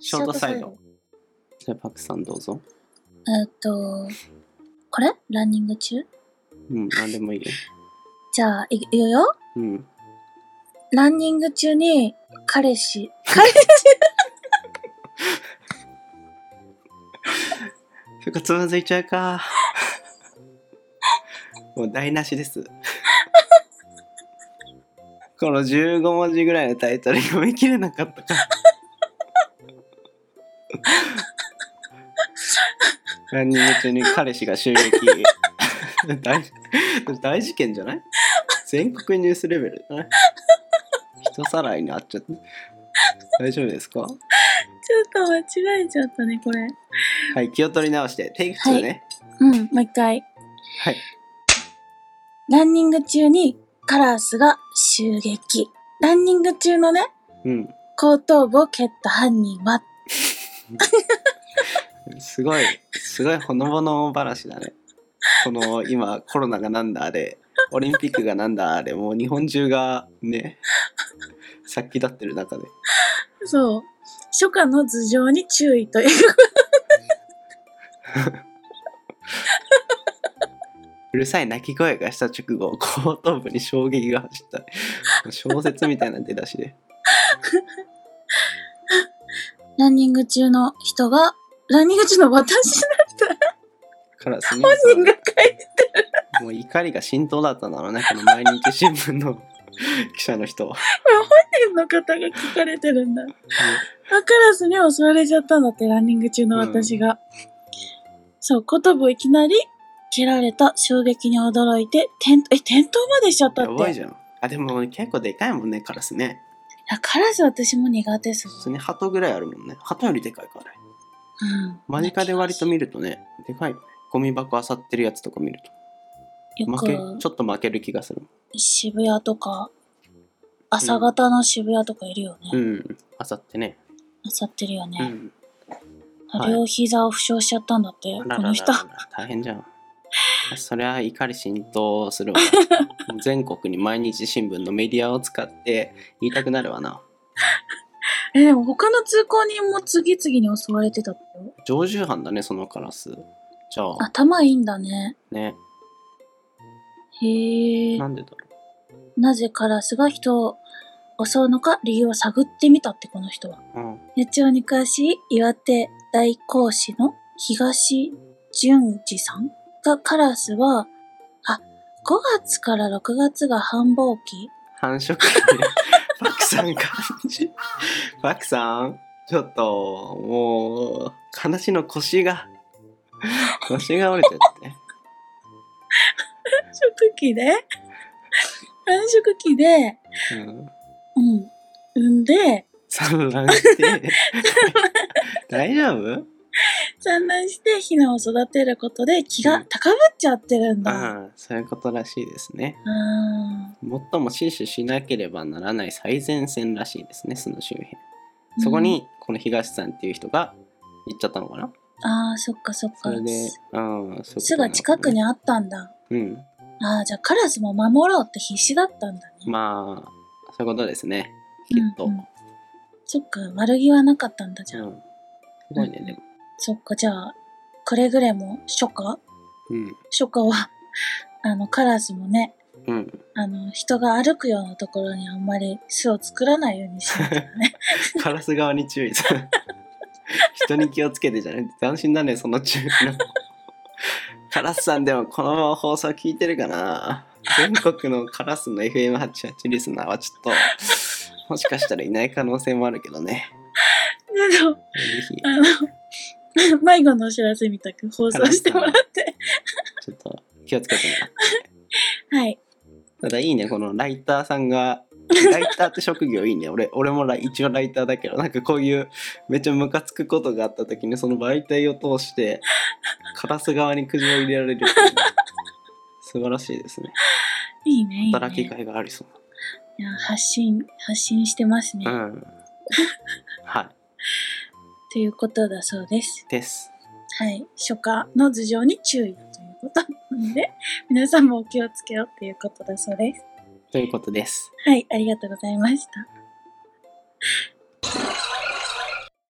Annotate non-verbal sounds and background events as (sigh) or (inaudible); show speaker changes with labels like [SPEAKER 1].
[SPEAKER 1] ショートサイド
[SPEAKER 2] ショートサイド。
[SPEAKER 1] じゃあパクさんどうぞ。
[SPEAKER 2] えーっと、これランニング中
[SPEAKER 1] うん、なんでもいいよ。
[SPEAKER 2] じゃあ、いいくよ。
[SPEAKER 1] うん。
[SPEAKER 2] ランニング中に、彼氏、彼氏、
[SPEAKER 1] そっか、つまずいちゃう (laughs) か。もう台無しです。 (laughs) この15文字ぐらいのタイトル読み切れなか (laughs) ったから。ランニング中に彼氏が襲撃。 (laughs) 大大事件じゃない全国ニュースレベルじゃない人さらいにあっちゃって。大丈夫です
[SPEAKER 2] ち
[SPEAKER 1] か
[SPEAKER 2] ょっと間違えちゃったね、これ。
[SPEAKER 1] はい、気を取り直して、テイク2ね。
[SPEAKER 2] うん、もう一回。
[SPEAKER 1] はい。
[SPEAKER 2] ランニング中にカラスが襲撃。ランニング中のね、
[SPEAKER 1] うん。
[SPEAKER 2] 後頭部を蹴った犯人は、
[SPEAKER 1] すごい、すごいほのぼの話だね。この今、コロナがなんだあれ、オリンピックがなんだあれ、もう日本中がね、さっき立ってる中で。
[SPEAKER 2] そう、初夏の頭上に注意という。
[SPEAKER 1] うるさい泣き声がした直後、後頭部に衝撃が走った。小説みたいな出だしで。
[SPEAKER 2] ランニング中の人が、ランニング中の私
[SPEAKER 1] カラスに
[SPEAKER 2] 本人が書いて
[SPEAKER 1] もう怒りが浸透だったんだろうね、この毎日新聞の (laughs) 記者の人は。
[SPEAKER 2] るの方が聞かれてるんだ。あカラスに襲われちゃったんだって、ランニング中の私が。そう、後頭部をいきなり蹴られた衝撃に驚いて、転え、転倒までしちゃったっ
[SPEAKER 1] や
[SPEAKER 2] て。
[SPEAKER 1] ばいじゃん。あ、でも結構でかいもんね、カラスね。
[SPEAKER 2] いやカラス私も苦手です。
[SPEAKER 1] 普通に鳩ぐらいあるもんね。鳩よりでかいからね。
[SPEAKER 2] うん。
[SPEAKER 1] 間近で割と見るとね、でかいよね。ゴミ箱漁ってるやつとか見る
[SPEAKER 2] よ
[SPEAKER 1] と、負け、ちょ
[SPEAKER 2] く
[SPEAKER 1] っと負ける気がする。
[SPEAKER 2] 渋谷とか、朝方の渋谷とかいるよね。
[SPEAKER 1] うん、漁ってね。
[SPEAKER 2] あさってるよ
[SPEAKER 1] う
[SPEAKER 2] ね。
[SPEAKER 1] ん。はい
[SPEAKER 2] 両膝を負傷しちゃったんだって、
[SPEAKER 1] あ
[SPEAKER 2] こ
[SPEAKER 1] ららら
[SPEAKER 2] の人。
[SPEAKER 1] 大
[SPEAKER 2] (laughs)
[SPEAKER 1] 変じゃん。そりゃ怒り浸透するわ。全国に毎日新聞のメディアを使って言いたくなるわな。
[SPEAKER 2] え、でも他の通行人も次々に襲われてたってよ。
[SPEAKER 1] 常習犯だね、そのカラス。じゃあ、
[SPEAKER 2] 頭いいんだね。
[SPEAKER 1] ね。
[SPEAKER 2] へえ。
[SPEAKER 1] なんでだろ
[SPEAKER 2] なぜカラスが人を襲うのか理由を探ってみたって、この人は。
[SPEAKER 1] う。うん。
[SPEAKER 2] 野鳥に詳しい岩手大講師の東淳二さんがカラスは、あ、5月から6月が繁忙期
[SPEAKER 1] 繁殖期 (laughs) でパクさん感じパクさんちょっともう話の腰が腰が折れちゃって
[SPEAKER 2] 繁殖期で (laughs) 繁殖期で、
[SPEAKER 1] うん
[SPEAKER 2] うん。産んで、
[SPEAKER 1] 産卵して
[SPEAKER 2] (laughs)
[SPEAKER 1] 大丈夫うん
[SPEAKER 2] 産卵してヒナを育てることで気が高ぶっちゃってるんだ。
[SPEAKER 1] そういうことらしいですね
[SPEAKER 2] うん。
[SPEAKER 1] 最も死守しなければならない最前線らしいですねその周辺そこにこの東さんっていう人が行っちゃったのかな
[SPEAKER 2] うん。ああ、そっかそっ
[SPEAKER 1] そ
[SPEAKER 2] か。
[SPEAKER 1] れで、うん、そういうことなのかな
[SPEAKER 2] すぐ近くにあったんだ。
[SPEAKER 1] うん
[SPEAKER 2] ああ、じゃあカラスも守ろうって必死だったんだね。
[SPEAKER 1] まあ、そういうことですね。きっと。
[SPEAKER 2] うんうんそっか、悪気はなかったんだじゃん。
[SPEAKER 1] うんすごいね、でも。
[SPEAKER 2] そっか、じゃあ、くれぐれも初夏 (laughs)
[SPEAKER 1] うん。
[SPEAKER 2] 初夏は、 (laughs) あの、カラスもね、
[SPEAKER 1] うん。
[SPEAKER 2] あの、人が歩くようなところにあんまり巣を作らないようにしなきゃ
[SPEAKER 1] (laughs)
[SPEAKER 2] ね。 (laughs)
[SPEAKER 1] カラス側に注意 (laughs) する。人に気をつけてじゃない。斬新だね、その注 (laughs) 意の。カラスさんでもこの放送聞いてるかな全国のカラスの FM88 リスナーはちょっと、もしかしたらいない可能性もあるけどね。
[SPEAKER 2] でも
[SPEAKER 1] ぜひ、
[SPEAKER 2] あの、迷子のお知らせみたく放送してもらって。
[SPEAKER 1] ちょっと気をつけてな。
[SPEAKER 2] はい。
[SPEAKER 1] ただいいね、このライターさん
[SPEAKER 2] (laughs)
[SPEAKER 1] が。ライターって職業いいね。俺、俺もライ一応ライターだけど、なんかこういうめっちゃムカつくことがあった時に、その媒体を通して、カラス側にくじを入れられるっていうね。素晴らしいですね。
[SPEAKER 2] いいね、いいね。
[SPEAKER 1] 働きがいがありそ
[SPEAKER 2] いや発信、発信してますね。
[SPEAKER 1] う。うん。は
[SPEAKER 2] ということだそうです。
[SPEAKER 1] い。です。
[SPEAKER 2] はい。初夏の頭上に注意だということなので、皆さんもお気をつけようということだそうです。
[SPEAKER 1] ということです。
[SPEAKER 2] はい。ありがとうございました。